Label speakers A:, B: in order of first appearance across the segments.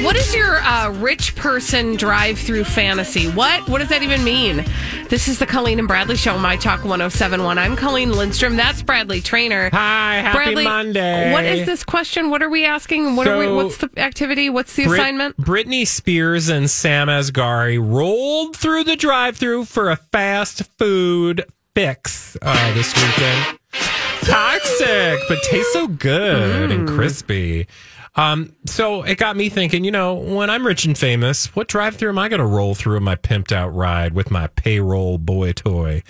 A: What is your uh, rich person drive through fantasy? What what does that even mean? This is the Colleen and Bradley Show, on My Talk 1071. I'm Colleen Lindstrom. That's Bradley Trainer.
B: Hi, happy
A: Bradley,
B: Monday.
A: What is this question? What are we asking? What are we,
B: So-
A: what's the activity? What's the
B: Brit-
A: assignment?
B: Britney Spears and Sam Asghari rolled through the drive-through for a fast food fix uh, this weekend. Toxic, but tastes so good
A: Mm.
B: and crispy. Um, so it got me thinking. You know, when I'm rich and famous, what drive-through am I going to roll through in my pimped-out ride with my payroll boy toy?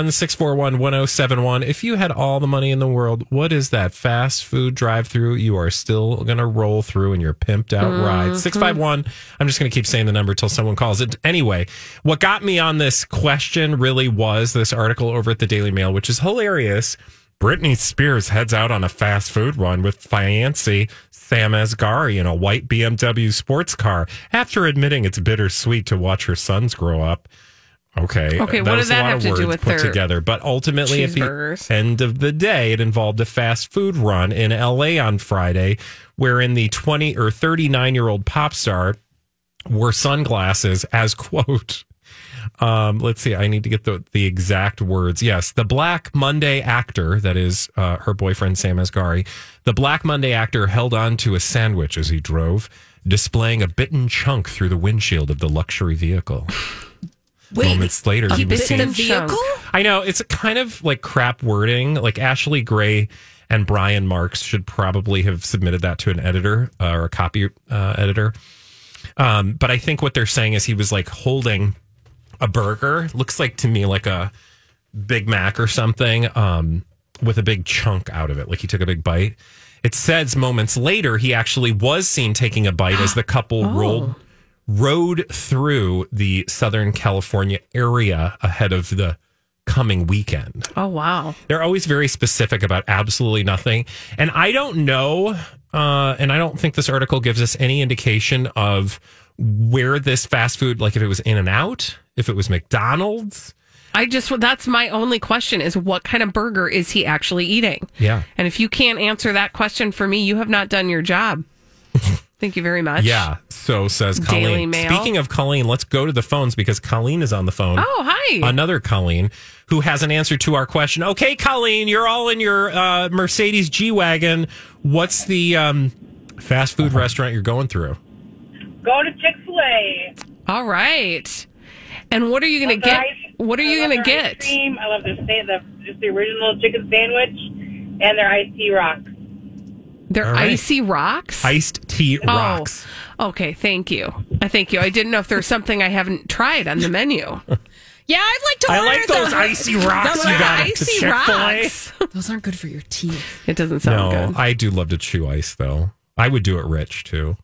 B: 651-641-1071. If you had all the money in the world, what is that fast food drive-through you are still going to roll through in your pimped out ride? 651. I'm just going to keep saying the number till someone calls it. Anyway, what got me on this question really was this article over at the Daily Mail, which is hilarious. Britney Spears heads out on a fast food run with fiancé Sam Asghari in a white BMW sports car after admitting it's bittersweet to watch her sons grow up. Okay.
A: Okay, what
B: was
A: did that
B: a lot
A: have
B: of
A: to do
B: words
A: with
B: put
A: their
B: together? But ultimately, at the
A: cheeseburgers?
B: end of the day, it involved a fast food run in L.A. on Friday, wherein the twenty or thirty-nine-year-old pop star wore sunglasses as quote. Um, let's see. I need to get the the exact words. Yes, the Black Monday actor, that is uh, her boyfriend Sam Asghari, the Black Monday actor held on to a sandwich as he drove, displaying a bitten chunk through the windshield of the luxury vehicle. Moments later, he was
A: bitten
B: seen
A: chunk.
B: I know it's kind of like crap wording. Like Ashley Gray and Brian Marks should probably have submitted that to an editor uh, or a copy uh, editor. Um, but I think what they're saying is he was like holding a burger. Looks like to me like a Big Mac or something um, with a big chunk out of it. Like he took a big bite. It says moments later he actually was seen taking a bite as the couple rolled rode through the Southern California area ahead of the coming weekend.
A: Oh wow.
B: They're always very specific about absolutely nothing. And I don't know, uh, and I don't think this article gives us any indication of where this fast food, like if it was In and Out, if it was McDonald's.
A: I just that's my only question is what kind of burger is he actually eating?
B: Yeah.
A: And if you can't answer that question for me, you have not done your job. Thank you very much.
B: Yeah. So says Colleen.
A: Daily Mail.
B: Speaking of Colleen, let's go to the phones because Colleen is on the phone.
A: Oh hi.
B: Another Colleen who has an answer to our question. Okay, Colleen, you're all in your uh, Mercedes G Wagon. What's the um, fast food restaurant you're going through?
C: Go to Chick Fil A.
A: All right. And what are you going to get? What are you going to get?
C: Ice cream. I love their sa- the just the original chicken sandwich and their iced tea rock.
A: They're
B: All right.
A: icy rocks.
B: Iced tea
A: Oh,
B: rocks.
A: okay. Thank you. I thank you. I didn't know if there's something I haven't tried on the menu.
D: Yeah, I'd like to.
B: I
D: order
B: like those icy rocks
D: those
B: you
D: are
B: got at the
A: icy
B: Chick-fil-A.
A: rocks.
D: Those aren't good for your teeth.
A: It doesn't sound
B: No,
A: good.
B: I do love to chew ice though. I would do it rich too.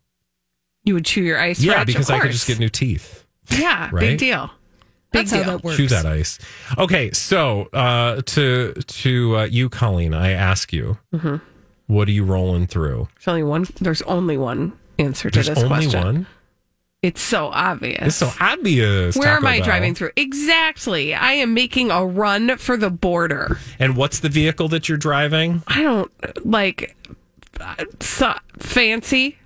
A: You would chew your ice.
B: yeah,
A: Rich,
B: because
A: of
B: I could just get
A: course.
B: new teeth.
A: Yeah,
B: right?
A: big deal. Big
D: That's how
A: deal.
D: that works.
B: Chew that ice. Okay, so uh, to to uh, you, Colleen, I ask you,
A: Mm-hmm.
B: what are you rolling through?
A: There's only one. There's only one answer to
B: There's
A: this
B: only
A: question.
B: one.
A: It's so obvious.
B: It's so obvious.
A: Where am
B: Taco
A: I
B: Bell.
A: driving through? Exactly. I am making a run for the border.
B: And what's the vehicle that you're driving?
A: I don't like so, fancy.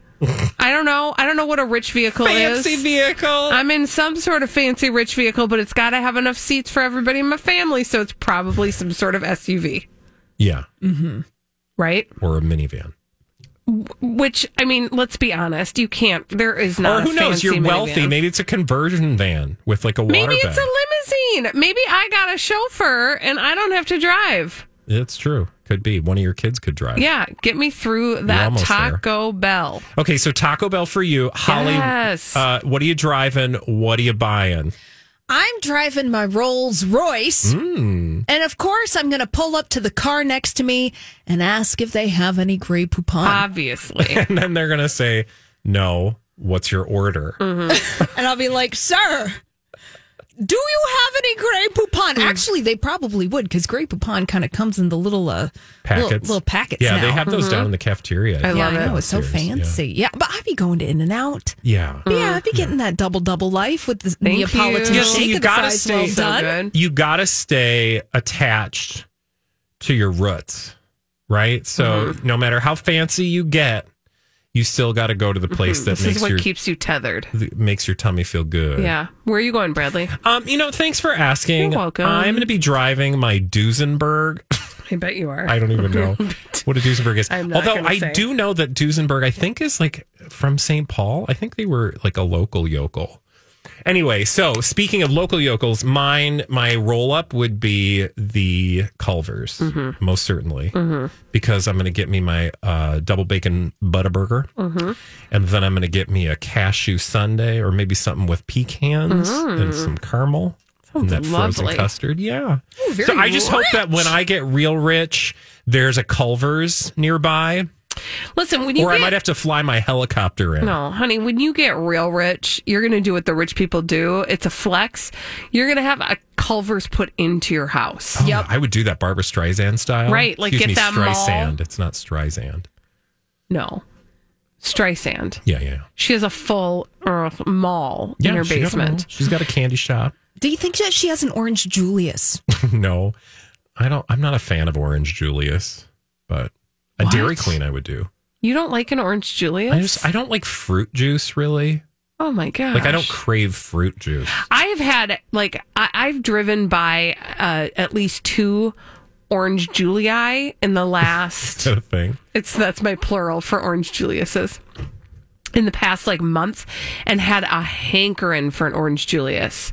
A: I don't know. I don't know what a rich vehicle
B: Fancy
A: is.
B: vehicle.
A: I'm in some sort of fancy rich vehicle, but it's got to have enough seats for everybody in my family, so it's probably some sort of SUV,
B: yeah,
A: Mm. right?
B: or a minivan.
A: Which I mean, let's be honest, you can't. There is
B: Or
A: not.
B: who
A: a
B: knows?
A: fancy
B: You're wealthy.
A: minivan.
B: Maybe it's a conversion van with like a water
A: Maybe
B: bed.
A: it's a limousine. Maybe I got a chauffeur and I don't have to drive.
B: It's true. Could be. One of your kids could drive.
A: Yeah, get me through that
B: almost there.
A: Taco Bell.
B: Okay, so Taco Bell for you. Holly,
A: Yes.
B: uh, what are you driving? What are you buying?
D: I'm driving my Rolls Royce,
B: Hmm.
D: and of course, I'm going to pull up to the car next to me and ask if they have any Grey Poupon.
A: Obviously.
B: And then they're going to say, no, what's your order?
A: Mm.
D: and I'll be like, "Sir, do you have any Grey Poupon?" Actually, they probably would because Grey Poupon kind of comes in the little uh,
B: Packets.
D: little, little packets.
B: Yeah,
D: now.
B: they have those down in the cafeteria.
A: Mm-hmm. I
D: Yeah,
A: love
D: I
A: it.
D: know it's so
B: Downstairs, yeah.
D: fancy. Yeah. but I'd be going to In and Out.
B: Yeah.
A: Mm.
D: Yeah, I'd be getting that double double life with the
A: Thank
D: Neapolitan
A: you. Yeah,
D: shake.
A: so
D: and
B: you
D: the
B: gotta
D: fries
B: stay-
D: well
B: So
A: So
D: done.
A: good.
B: you got to stay attached to your roots, right? So
A: Mm-hmm.
B: no matter how fancy you get, you still got to go to the place
A: Mm-hmm.
B: that
A: This is
B: makes
A: what
B: your
A: keeps you tethered.
B: that makes your tummy feel good.
A: Yeah. Where are you going, Bradley?
B: Um, you know, thanks for asking.
A: You're welcome.
B: I'm going to be driving my Duesenberg.
A: I bet you are.
B: I don't even know what a Duesenberg is.
A: I'm not
B: Although
A: gonna
B: I
A: say.
B: do know that Duesenberg, I think, is like from St. Paul. I think they were like a local yokel. Anyway, so speaking of local yokels, mine my roll up would be the Culvers,
A: Mm-hmm.
B: most certainly, because I'm going to get me my uh, double bacon butter burger,
A: Mm-hmm.
B: and then I'm going to get me a cashew sundae or maybe something with pecans and some caramel and that
A: Mm-hmm. lovely.
B: frozen custard. Yeah,
D: very
B: so I just hope that when I get real rich, there's a Culver's nearby,
A: Listen, when you
B: or I
A: get,
B: might have to fly my helicopter in.
A: no, honey, when you get real rich, you're going to do what the rich people do. It's a flex. You're going to have a Culver's put into your house.
B: Oh, I would do that Barbara Streisand style.
A: Right, like
B: Excuse
A: get
B: me,
A: them all-
B: Streisand. It's not Streisand.
A: No. Streisand.
B: Yeah, yeah.
A: She has a full uh, mall
B: yeah
A: in her
B: she got a mall.
A: basement.
B: She's got a candy shop.
D: Do you think that she has an orange Julius?
B: no, I don't. I'm not a fan of Orange Julius, but a Dairy Queen I would do.
A: You don't like an orange Julius?
B: I just I don't like fruit juice really.
A: oh my god!
B: Like I don't crave fruit juice.
A: I have had like I, I've driven by uh, at least two orange Julii in the
B: Is
A: last.
B: that a thing?
A: it's that's my plural for orange Juliuses. In the past like month, and had a hankering for an orange Julius.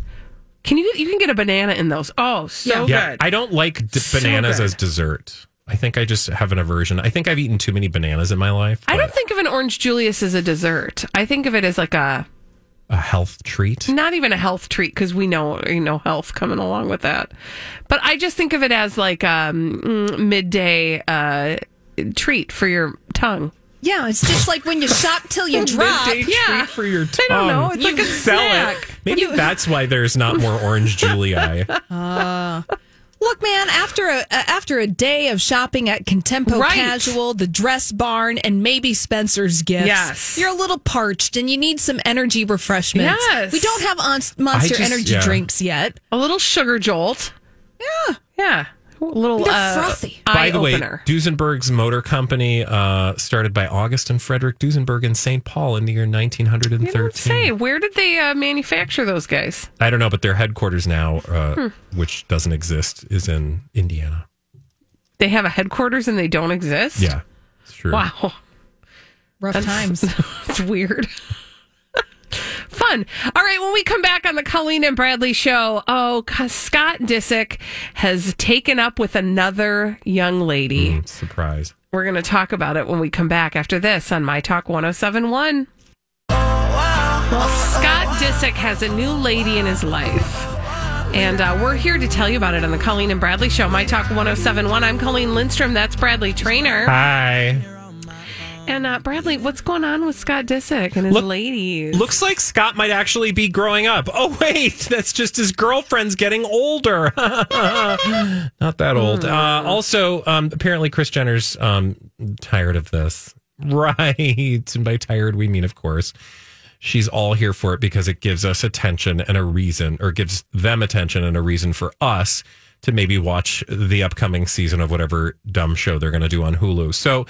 A: Can you get you can get a banana in those? Oh, so
B: yeah,
A: good.
B: I don't like d-
A: So
B: bananas
A: good.
B: as dessert. I think I just have an aversion. I think I've eaten too many bananas in my life.
A: I don't
B: but
A: think of an orange Julius as a dessert. I think of it as like a
B: a health treat.
A: not even a health treat because we know you know health coming along with that but i just think of it as like um mm, midday uh treat for your tongue
D: Yeah, it's just like when you shop till you drop.
B: Midday
A: Yeah.
B: treat for your
A: i
B: tongue.
A: don't know it's like a
B: Sell
A: snack
B: it. Maybe that's why there's not more orange Julia.
D: Look, man, after a a- after a day of shopping at Contempo
A: Right.
D: Casual, the Dress Barn, and maybe Spencer's Gifts,
A: Yes.
D: you're a little parched and you need some energy refreshment.
A: Yes.
D: We don't have on- Monster
B: just-
D: Energy
B: yeah.
D: drinks yet.
A: a little sugar jolt yeah yeah a little
D: They're
A: uh,
D: frothy.
A: eye
B: By the
A: opener
B: way, Duesenberg's Motor Company, uh, started by August and Frederick Duesenberg in St. Paul in the year 1913.
A: You don't say where did they uh, manufacture those guys
B: I don't know, but their headquarters now, uh, which doesn't exist, is in Indiana.
A: they have a headquarters and they don't exist
B: Yeah, it's true.
A: wow
D: Rough times.
A: It's weird. Fun. All right, when we come back on the Colleen and Bradley show, oh, C- Scott Disick has taken up with another young lady.
B: Mm, surprise.
A: We're going to talk about it when we come back after this on My Talk 1071. Well, Scott Disick has a new lady in his life. And uh, we're here to tell you about it on the Colleen and Bradley show, My Talk 1071. I'm Colleen Lindstrom. That's Bradley Trainer.
B: Hi.
A: And uh, Bradley, what's going on with Scott Disick and his
B: Look-
A: ladies?
B: Looks like Scott might actually be growing up. Oh, wait, that's just his girlfriend's getting older. Not that old. Uh, also, um, apparently, Chris Jenner's um, tired of this. Right. And by tired, we mean, of course, she's all here for it because it gives us attention and a reason, or gives them attention and a reason for us to maybe watch the upcoming season of whatever dumb show they're going to do on Hulu. So,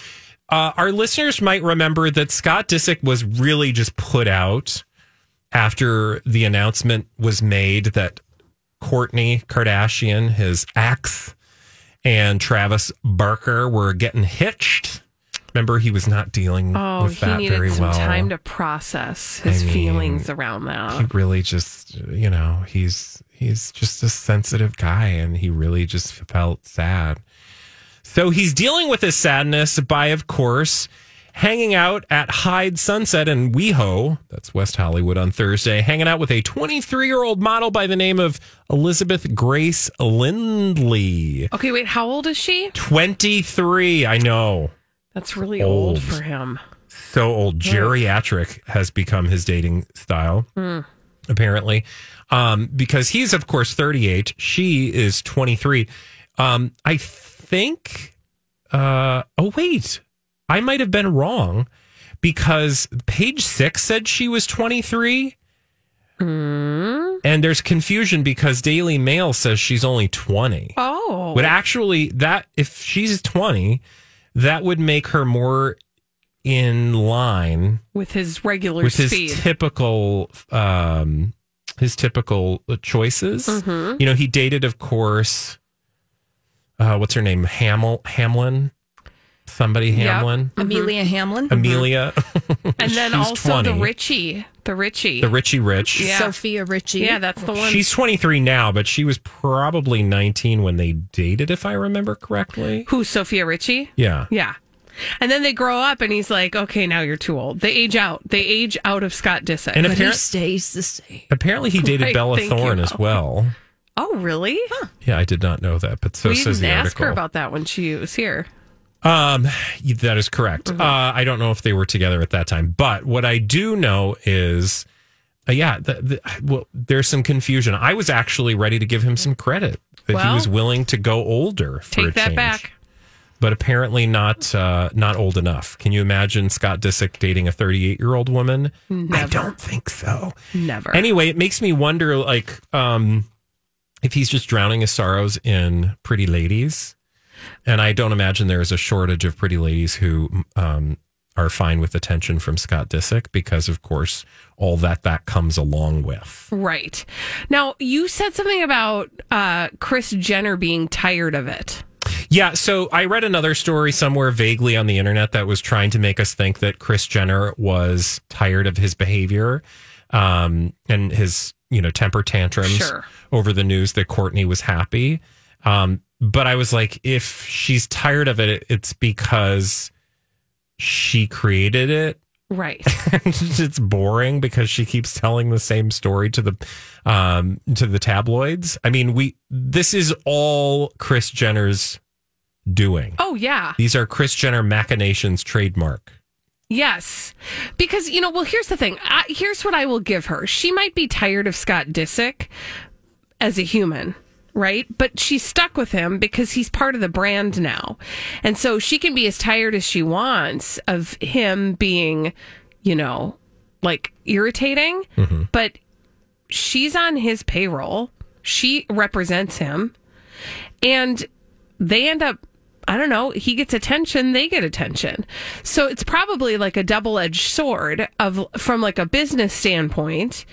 B: uh, our listeners might remember that Scott Disick was really just put out after the announcement was made that Courtney Kardashian, his ex, and Travis Barker were getting hitched. Remember, he was not dealing
A: Oh,
B: with
A: he
B: that
A: needed
B: very
A: some
B: well.
A: time to process his
B: I mean,
A: feelings around that.
B: he really just, you know, he's he's just a sensitive guy, and he really just felt sad. So he's dealing with his sadness by, of course, hanging out at Hyde Sunset in WeHo. That's West Hollywood on Thursday, hanging out with a 23 year old model by the name of Elizabeth Grace Lindley.
A: Okay, wait, how old is she?
B: 23, I know.
A: That's really
B: Old.
A: old, for him.
B: so old. Geriatric has become his dating style, apparently, um, because he's of course 38. She is 23. Um, I think. Uh, oh wait, I might have been wrong because page six said she was 23. And there's confusion because Daily Mail says she's only 20
A: Oh.
B: would actually that if she's 20 that would make her more in line
A: with his regular
B: with his
A: speed.
B: typical um his typical choices
A: Mm-hmm.
B: you know he dated of course uh what's her name hamil hamlin somebody
A: Yep. Mm-hmm.
B: hamlin
D: Amelia Hamlin,
B: amelia
A: and then
B: She's
A: also
B: 20.
A: the Richie. The Richie.
B: the richie rich
A: Yeah.
D: Sophia Ritchie.
A: yeah, that's the one.
B: she's 23 now but she was probably 19 when they dated if i remember correctly
A: Who, Sophia Richie?
B: yeah
A: Yeah. And then they grow up and he's like, okay, now you're too old. They age out. They age out of Scott Disick.
B: and
D: but he
B: apparently
D: stays the same.
B: Apparently, he dated
A: Right,
B: Bella
A: thank
B: Thorne
A: you.
B: as well.
A: oh, really?
B: Yeah, I did not know that, but so
A: we
B: says
A: didn't
B: the
A: ask
B: article.
A: her about that when she was here.
B: um, that is correct.
A: Mm-hmm.
B: Uh, I don't know if they were together at that time, but what I do know is, uh, yeah, the, the, well, there's some confusion. I was actually ready to give him some credit that he
A: Well,
B: was willing to go older. For a
A: Take that
B: change,
A: back.
B: but apparently not uh, not old enough. Can you imagine Scott Disick dating a 38 year old woman? I don't think so.
A: Never.
B: Anyway, it makes me wonder, like, um, if he's just drowning his sorrows in pretty ladies, and I don't imagine there is a shortage of pretty ladies who um, are fine with attention from Scott Disick because, of course, all that that comes along with.
A: right. Now, you said something about uh, Chris Jenner being tired of it.
B: Yeah. So I read another story somewhere vaguely on the internet that was trying to make us think that Chris Jenner was tired of his behavior um, and his, you know, temper tantrums
A: Sure.
B: over the news that Courtney was happy. Um, but I was like, if she's tired of it, it's because she created it
A: Right.
B: it's boring because she keeps telling the same story to the um to the tabloids. I mean, we this is all Chris Jenner's doing.
A: oh, yeah.
B: These are Chris Jenner machinations trademark.
A: Yes. Because, you know, well, here's the thing. I, here's what I will give her. She might be tired of Scott Disick as a human, right? But she's stuck with him because he's part of the brand now. And so she can be as tired as she wants of him being, you know, like irritating, but she's on his payroll. She represents him. And they end up I don't know, he gets attention, they get attention. So it's probably like a double-edged sword of from like a business standpoint,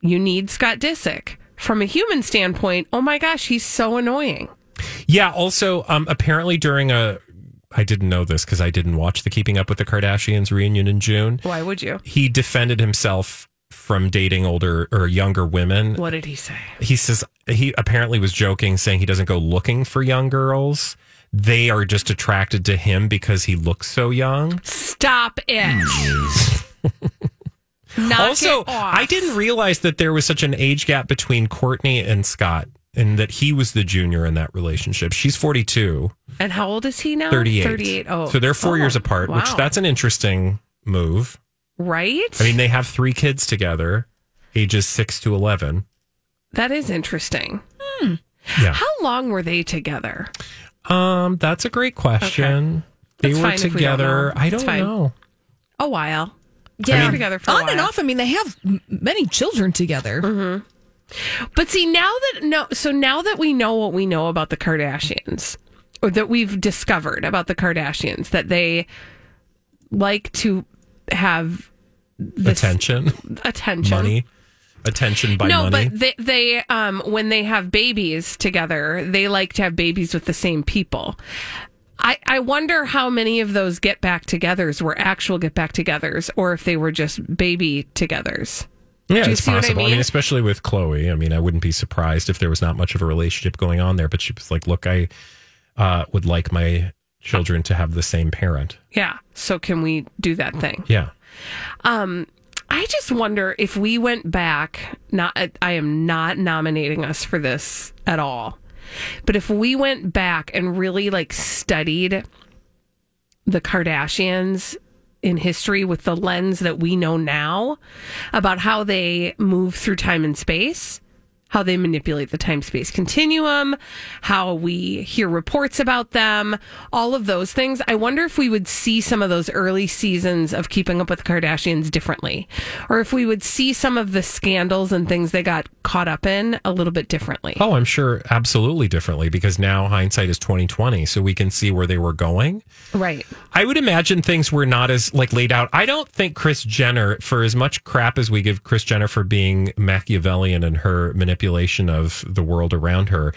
A: you need Scott Disick. From a human standpoint, oh my gosh, he's so annoying.
B: Yeah, also um apparently during a I didn't know this cuz I didn't watch the Keeping Up with the Kardashians reunion in June.
A: Why would you?
B: He defended himself from dating older or younger women
A: What did he say?
B: he says he apparently was joking saying he doesn't go looking for young girls they are just attracted to him because he looks so young
A: Stop it. Knock
B: Hmm. also
A: it off.
B: i didn't realize that there was such an age gap between courtney and scott and that he was the junior in that relationship she's 42
A: And how old is he now?
B: 38
A: 38. Oh.
B: so they're four
A: four
B: years apart which that's an interesting move
A: Right?
B: i mean they have three kids together ages 6 to 11
A: that is interesting.
B: yeah
A: How long were they together?
B: um that's a great question they
A: That's
B: were
A: fine if we don't
B: together
A: know.
B: i
A: That's
B: don't
A: fine.
B: know
A: A while.
D: Yeah,
A: They were together for a
D: on and
A: while.
D: off. I mean, they have m- many children together.
A: But see, now that no, so now that we know what we know about the Kardashians, or that we've discovered about the Kardashians, that they like to have this
B: attention
A: attention,
B: money, attention by
A: no,
B: money.
A: but they, they um, when they have babies together, they like to have babies with the same people. I, I wonder how many of those get back togethers were actual get back togethers or if they were just baby togethers.
B: yeah,
A: you
B: it's
A: see what I
B: possible. I mean?
A: mean?
B: especially with Chloe. I mean, I wouldn't be surprised if there was not much of a relationship going on there, but she was like, "Look, I, uh, would like my children to have the same parent.
A: Yeah. So can we do that thing?
B: Yeah.
A: Um, I just wonder if we went back. Not, I- I am not nominating us for this at all. But if we went back and really like studied the Kardashians in history with the lens that we know now about how they move through time and space, how they manipulate the time space continuum, how we hear reports about them, all of those things. I wonder if we would see some of those early seasons of Keeping Up with the Kardashians differently, or if we would see some of the scandals and things they got caught up in a little bit differently.
B: Oh, I'm sure absolutely differently because now hindsight is 2020, so we can see where they were going.
A: Right.
B: I would imagine things were not as like laid out. I don't think Chris Jenner, for as much crap as we give Chris Jenner for being Machiavellian and her manipulation of the world around her,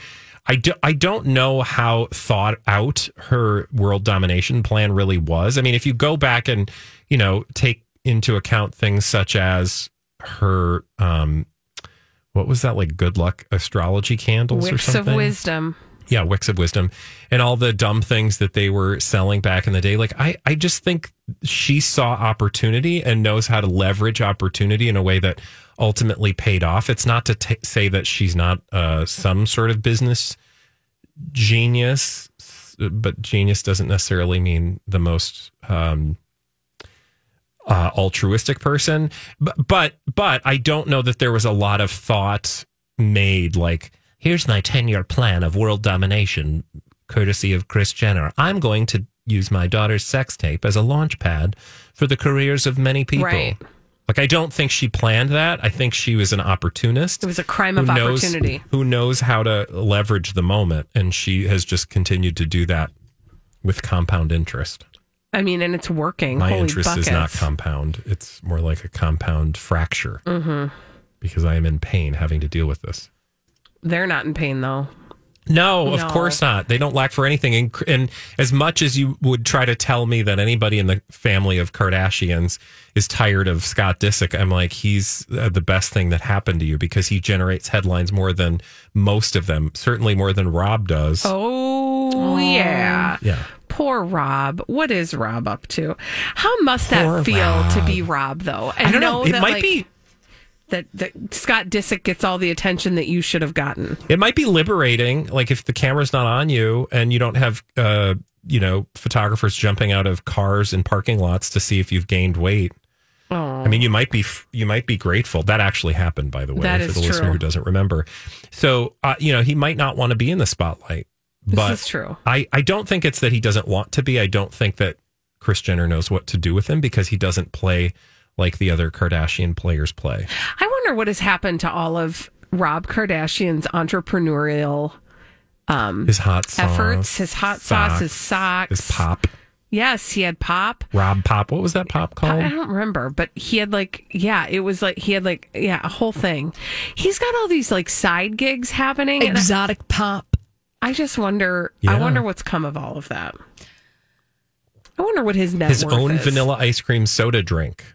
B: I do, I don't know how thought out her world domination plan really was. I mean, if you go back and you know take into account things such as her um what was that like good luck astrology candles or
A: Wicks
B: something
A: of wisdom.
B: yeah, Wicks of Wisdom, and all the dumb things that they were selling back in the day. Like, I, I just think she saw opportunity and knows how to leverage opportunity in a way that ultimately paid off. It's not to t- say that she's not uh, some sort of business genius, but genius doesn't necessarily mean the most um, uh, altruistic person. But, but but I don't know that there was a lot of thought made like here's my 10 year plan of world domination courtesy of Chris Jenner. I'm going to use my daughter's sex tape as a launch pad for the careers of many people.
A: Right.
B: Like I don't think she planned that. I think she was an opportunist.
A: It was a crime of opportunity.
B: Who knows how to leverage the moment and she has just continued to do that with compound interest.
A: I mean, and it's working.
B: My
A: Holy
B: interest is not
A: buckets.
B: compound. It's more like a compound fracture. Mm-hmm. Because I am in pain having to deal with this.
A: They're not in pain though.
B: No,
A: No.
B: of course not. They don't lack for anything. And, and as much as you would try to tell me that anybody in the family of Kardashians is tired of Scott Disick, I'm like, he's uh, the best thing that happened to you because he generates headlines more than most of them, certainly more than Rob does.
A: Oh, yeah.
B: Yeah.
A: Poor Rob. What is Rob up to? How must that
B: Poor
A: feel to
B: Rob.
A: be Rob though? And
B: I don't know. It
A: that,
B: might
A: like,
B: be
A: that, that Scott Disick gets all the attention that you should have gotten.
B: It might be liberating, like if the camera's not on you and you don't have, uh, you know, photographers jumping out of cars and parking lots to see if you've gained weight. I mean, you might be you might be grateful that actually happened. By the way,
A: That
B: for
A: is
B: the listener
A: true.
B: who doesn't remember, so uh, you know he might not want to be in the spotlight. But
A: is true.
B: I I don't think it's that he doesn't want to be. I don't think that Chris Jenner knows what to do with him because he doesn't play like the other Kardashian players play.
A: I wonder what has happened to all of Rob Kardashian's entrepreneurial.
B: His hot sauce,
A: Efforts, his hot sauce, his socks.
B: his pop.
A: Yes, he had pop.
B: Rob Pop. What was that pop
A: I- I
B: called?
A: don't remember, but he had like, yeah, it was like, he had like, yeah, a whole thing. He's got all these like side gigs happening. and I-
D: Exotic pop.
A: I just wonder. I
B: Yeah.
A: wonder what's come of all of that. I wonder what his net
B: His
A: worth
B: own
A: is.
B: vanilla ice cream soda drink.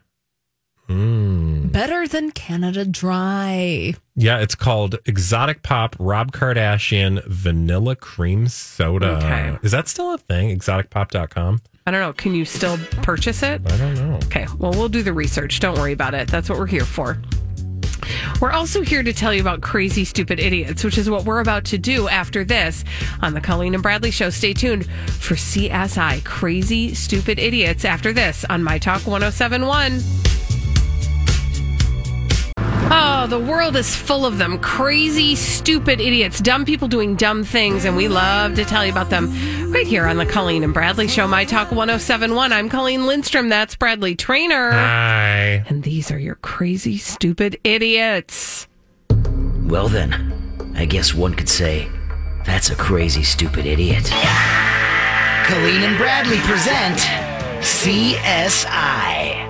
D: Better than Canada Dry.
B: Yeah, it's called Exotic Pop Rob Kardashian Vanilla Cream Soda.
A: Okay.
B: Is that still a thing? Exoticpop.com?
A: I don't know. Can you still purchase it?
B: I don't know.
A: Okay. Well, we'll do the research. Don't worry about it. That's what we're here for. We're also here to tell you about crazy, stupid idiots, which is what we're about to do after this on the Colleen and Bradley Show. Stay tuned for CSI Crazy, Stupid Idiots after this on My Talk 1071. Oh, the world is full of them. Crazy, stupid idiots, dumb people doing dumb things, and we love to tell you about them right here on the Colleen and Bradley Show, My Talk 1071. I'm Colleen Lindstrom. That's Bradley Trainer.
B: Hi.
A: And these are your crazy, stupid idiots.
E: Well, then, I guess one could say that's a crazy, stupid idiot. Colleen and Bradley present CSI.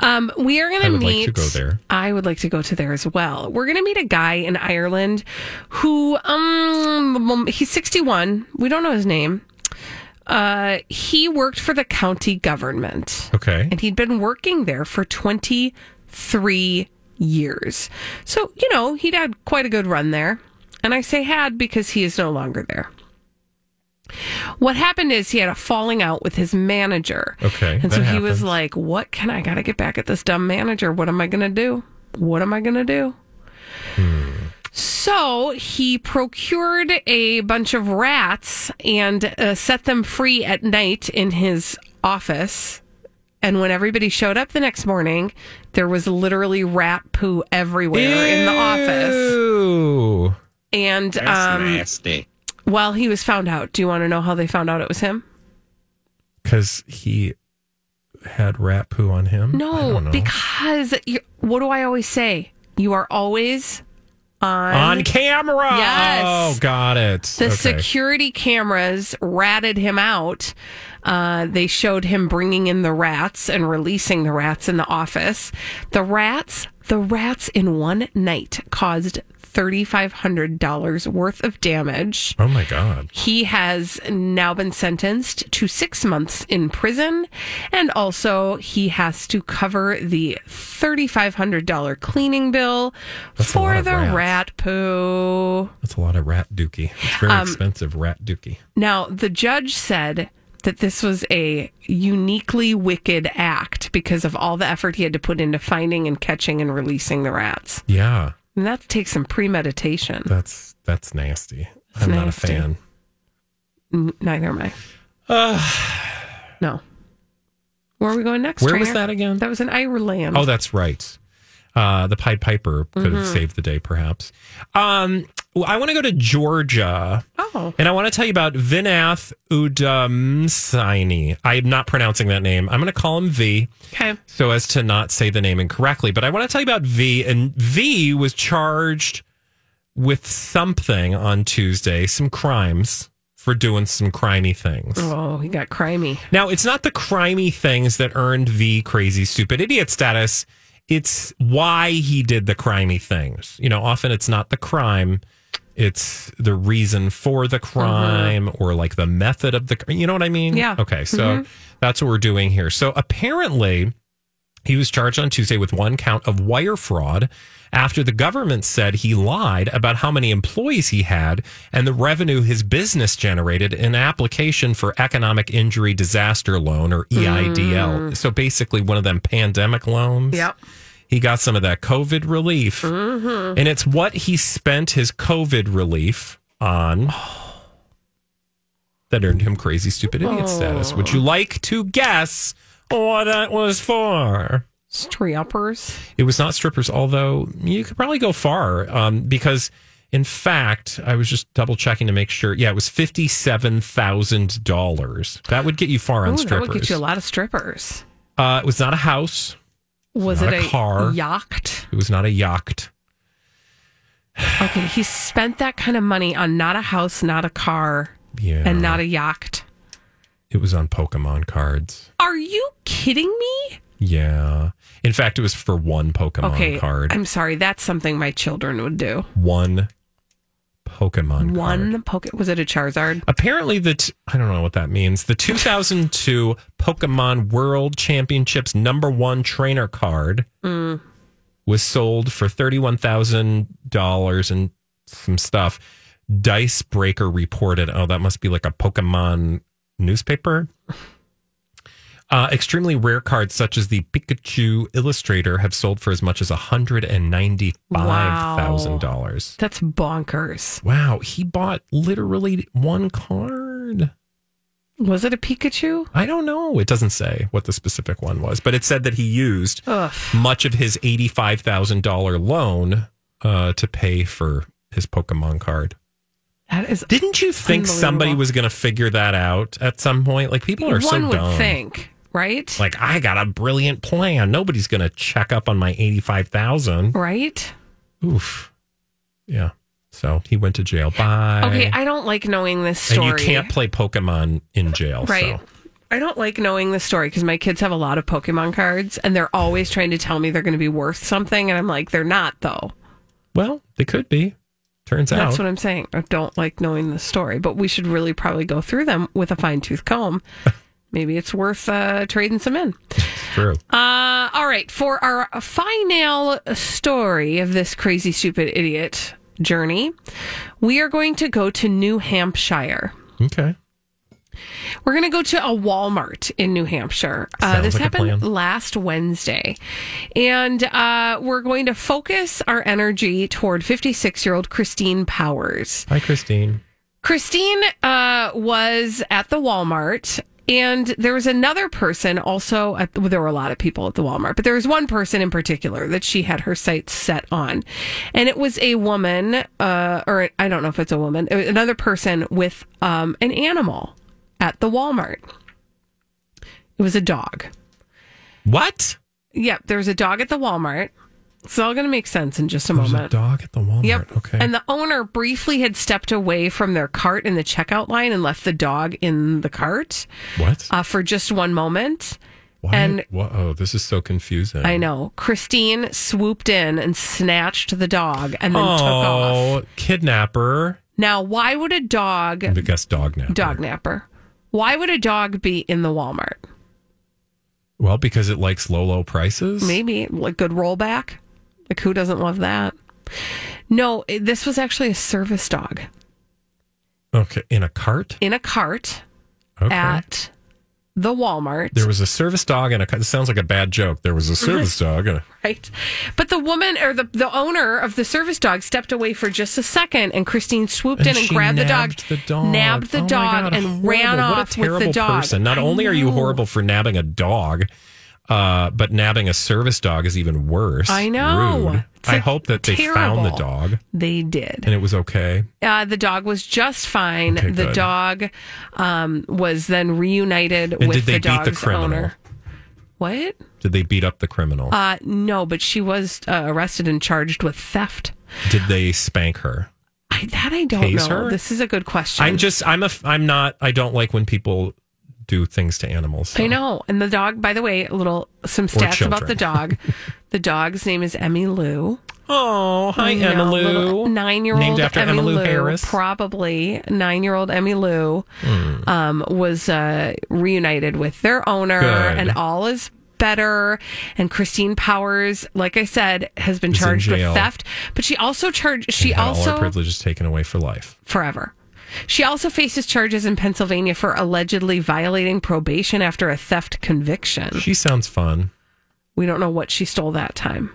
A: Um, we are going
B: I
A: to
B: would like
A: meet.
B: to go there.
A: I would like to go to there as well. We're going to meet a guy in Ireland who, um, he's 61. We don't know his name. Uh, he worked for the county government
B: Okay.
A: and he'd been working there for 23 years. So, you know, he'd had quite a good run there. And I say had because he is no longer there. What happened is he had a falling out with his manager.
B: Okay,
A: And so
B: that
A: he was
B: happens.
A: like, What can I got to get back at this dumb manager? What am I going to do? What am I going to do? So he procured a bunch of rats and uh, set them free at night in his office. And when everybody showed up the next morning, there was literally rat poo everywhere in the office.
B: Ew.
A: And um, well, he was found out. Do you want to know how they found out it was him?
B: Because he had rat poo on him. I
A: No,
B: don't know.
A: because you what do I always say? You are always on.
B: on camera.
A: Yes.
B: Oh, got it.
A: the
B: okay.
A: security cameras ratted him out. Uh, they showed him bringing in the rats and releasing the rats in the office. The rats, the rats in one night caused $3,500 worth of damage.
B: Oh my god.
A: He has now been sentenced to six months in prison, and also he has to cover the $3,500 cleaning bill
B: That's a lot
A: for
B: of
A: the
B: rats.
A: rat poo.
B: That's a lot of rat dookie. It's very
A: Um,
B: expensive rat dookie.
A: Now, the judge said that this was a uniquely wicked act because of all the effort he had to put into finding and catching and releasing the rats.
B: Yeah.
A: And that takes some premeditation.
B: That's that's nasty. I'm not a
A: nasty.
B: fan.
A: N- Neither am I. no. Where are we going next?
B: Where was
A: Trainer?
B: that again?
A: That was in Ireland.
B: Oh, that's right. Uh, the Pied Piper could have
A: Mm-hmm.
B: saved the day, perhaps. Um, well, I want to go to Georgia,
A: Oh.
B: and I want to tell you about Vinath Udamsini. I'm not pronouncing that name. I'm going to call him V.
A: Okay.
B: so as to not say the name incorrectly. But I want to tell you about V, and V was charged with something on Tuesday, some crimes for doing some crimey things.
A: Oh, he got crimey.
B: Now, it's not the crimey things that earned V crazy stupid idiot status. It's why he did the crimey things. You know, often it's not the crime, it's the reason for the
A: Uh-huh.
B: crime or like the method of the cr- you know what I mean?
A: Yeah. Mm-hmm.
B: Okay, so that's what we're doing here. So apparently he was charged on Tuesday with one count of wire fraud after the government said he lied about how many employees he had and the revenue his business generated in application for economic injury disaster loan or E EIDL. So basically one of them pandemic loans. He got some of that COVID relief. And it's what he spent his COVID relief on that earned him crazy stupid idiot status. Would you like to guess what that was for?
A: Three uppers.
B: It was not strippers, although you could probably go far um, because, in fact, I was just double checking to make sure. Yeah, it was $57,000. That would get you far on
A: Ooh, that
B: strippers.
A: would get you a lot of strippers.
B: Uh, it was not a house.
A: Was
B: Not
A: it
B: a car.
A: yacht?
B: It was not a yacht.
A: Okay, he spent that kind of money on not a house, not a car,
B: Yeah.
A: and not a yacht.
B: It was on Pokemon cards.
A: Are you kidding me?
B: Yeah. In fact, it was for one Pokemon
A: okay,
B: card.
A: I'm sorry. That's something my children would do.
B: one Pokemon card.
A: One poke. Was it a Charizard?
B: Apparently, the t- I don't know what that means. The 2002 Pokemon World Championships number one trainer card was sold for thirty-one thousand dollars and some stuff. Dice Breaker reported, "Oh, that must be like a Pokemon newspaper." Uh, extremely rare cards such as the Pikachu Illustrator have sold for as much as one hundred and ninety-five thousand dollars.
A: That's bonkers.
B: Wow, he bought literally one card.
A: Was it a Pikachu?
B: I don't know. It doesn't say what the specific one was, but it said that he used
A: Ugh.
B: much of his eighty-five thousand dollar loan uh, to pay for his Pokemon card.
A: That is.
B: Didn't you think somebody
A: Unbelievable.
B: was going to figure that out at some point? Like people are
A: one
B: so
A: would
B: dumb.
A: think, right?
B: Like I got a brilliant plan. Nobody's going to check up on my eighty-five thousand.
A: right?
B: Oof. Yeah. So he went to jail. Bye.
A: Okay, I don't like knowing this
B: and
A: story.
B: you can't play Pokemon in jail.
A: Right.
B: So.
A: I don't like knowing the story because my kids have a lot of Pokemon cards and they're always trying to tell me they're going to be worth something. And I'm like, they're not, though.
B: Well, they could be. Turns
A: That's
B: out.
A: what I'm saying. I don't like knowing the story, but we should really probably go through them with a fine tooth comb. Maybe it's worth uh, trading some in.
B: True.
A: Uh, all right, for our final story of this crazy, stupid idiot journey, we are going to go to New Hampshire.
B: Okay.
A: We're going to go to a Walmart in New Hampshire. Uh,
B: Sounds
A: this
B: like a
A: happened
B: plan.
A: last Wednesday. And uh, we're going to focus our energy toward 56 year old Christine Powers.
B: Hi, Christine.
A: Christine uh, was at the Walmart, and there was another person also. At, well, there were a lot of people at the Walmart, but there was one person in particular that she had her sights set on, and it was a woman, uh, or I don't know if it's a woman, it was another person with um, an animal at the Walmart. It was a dog.
B: What?
A: Yep, there was a dog at the Walmart. It's all going to make sense in just a
B: There's
A: moment.
B: a dog at the Walmart.
A: Yep.
B: Okay.
A: And the owner briefly had stepped away from their cart in the checkout line and left the dog in the cart
B: what?
A: uh, for just one moment.
B: Why?
A: and-
B: Whoa, this is so confusing.
A: I know. Christine swooped in and snatched the dog and then took off.
B: Oh, kidnapper.
A: Now, why would a dog,
B: I guess dog napper.
A: dog napper, why would a dog be in the Walmart?
B: Well, because it likes low, low prices.
A: Maybe a good rollback. Like, who doesn't love that? No, it- this was actually a service dog
B: Okay. In a cart.
A: in a cart
B: Okay.
A: at the Walmart.
B: there was a service dog and a. It sounds like a bad joke. There was a service dog and a.
A: Right. But the woman or the, the owner of the service dog stepped away for just a second and Christine swooped
B: And
A: in and
B: she
A: grabbed the dog,
B: nabbed the dog.
A: nabbed
B: Oh
A: the
B: my
A: dog,
B: God,
A: and
B: horrible.
A: ran
B: What a
A: off with the
B: terrible
A: dog.
B: Person. Not only are you horrible for nabbing a dog, uh, but nabbing a service dog is even worse.
A: I know.
B: Rude.
A: It's,
B: I
A: like,
B: hope that they found the
A: terrible.
B: dog
A: They did.
B: and it was okay.
A: Uh, the dog was just fine.
B: Okay,
A: the
B: good.
A: dog um, was then reunited
B: And
A: with
B: did they
A: the
B: beat the
A: dog's
B: criminal?
A: owner. What?
B: Did they beat up the criminal?
A: Uh, no, but she was uh, arrested and charged with theft.
B: Did they spank her?
A: I, that I don't
B: Tase
A: know.
B: her?
A: This is a good question.
B: I'm just. I'm a. f- I'm not. I don't like when people do things to animals. so.
A: I know. And the dog, by the way, a little some stats about
B: children.
A: the dog. the dog's name is Emmy Lou.
B: Oh, hi, Emmalou.
A: Nine year old
B: Named after
A: Emmy
B: Emmalou
A: Lou.
B: Harris.
A: Probably nine year old Emmy Lou
B: Hmm.
A: um, was uh, reunited with their owner,
B: Good.
A: and all is better. And Christine Powers, like I said, has been
B: Is in
A: charged with
B: jail.
A: theft, but she also charged. She
B: Had all
A: also
B: our privileges taken away for life.
A: forever. She also faces charges in Pennsylvania for allegedly violating probation after a theft conviction.
B: She sounds fun.
A: We don't know what she stole that time.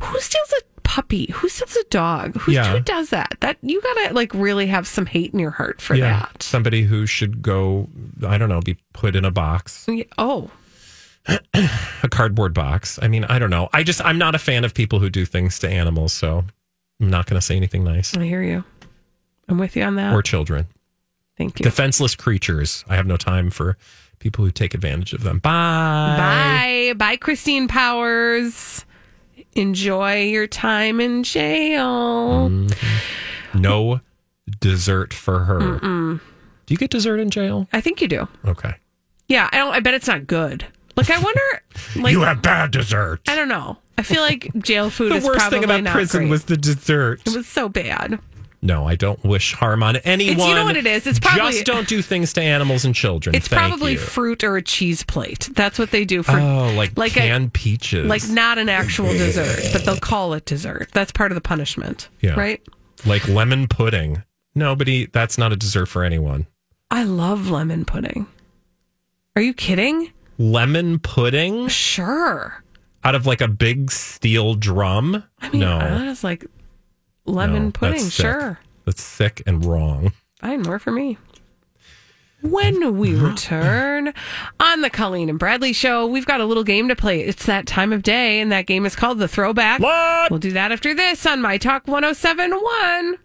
A: Who steals a puppy? Who steals a dog? Who,
B: Yeah.
A: who does that? That you gotta like really have some hate in your heart for that.
B: somebody who should go. I don't know. Be put in a box,
A: Yeah, Oh,
B: a cardboard box. I mean, I don't know. I just. I'm not a fan of people who do things to animals. So I'm not going to say anything nice
A: I hear you. I'm with you on that.
B: or children.
A: Thank you.
B: Defenseless creatures. I have no time for people who take advantage of them.
A: Bye.
B: Bye.
A: Bye, Christine Powers. Enjoy your time in jail.
B: Mm-hmm. No dessert for her. Do you get dessert in jail?
A: I think you do.
B: Okay.
A: Yeah, I don't I bet it's not good. Like I wonder like
B: you have bad dessert.
A: I don't know. I feel like jail food
B: The
A: is
B: worst
A: probably
B: thing about
A: not
B: prison
A: great.
B: was the dessert.
A: it was so bad.
B: No, I don't wish harm on anyone.
A: It's- you know what it is? It's probably-
B: just don't do things to animals and children.
A: It's
B: Thank
A: probably
B: you.
A: fruit or a cheese plate. That's what they do for
B: oh, like,
A: like a-
B: canned peaches,
A: like not an actual dessert, but they'll call it dessert. That's part of the punishment,
B: Yeah.
A: right?
B: like lemon pudding. Nobody, that's not a dessert for anyone.
A: I love lemon pudding. Are you kidding?
B: Lemon pudding
A: Sure.
B: out of like a big steel drum.
A: I mean,
B: no,
A: I was like
B: No,
A: lemon
B: that's
A: pudding.
B: sick.
A: Sure,
B: that's sick and wrong.
A: fine, more for me. When we return on the Colleen and Bradley show, we've got a little game to play. It's that time of day, and that game is called the Throwback.
B: What?
A: oh We'll do that after this on My Talk 1071.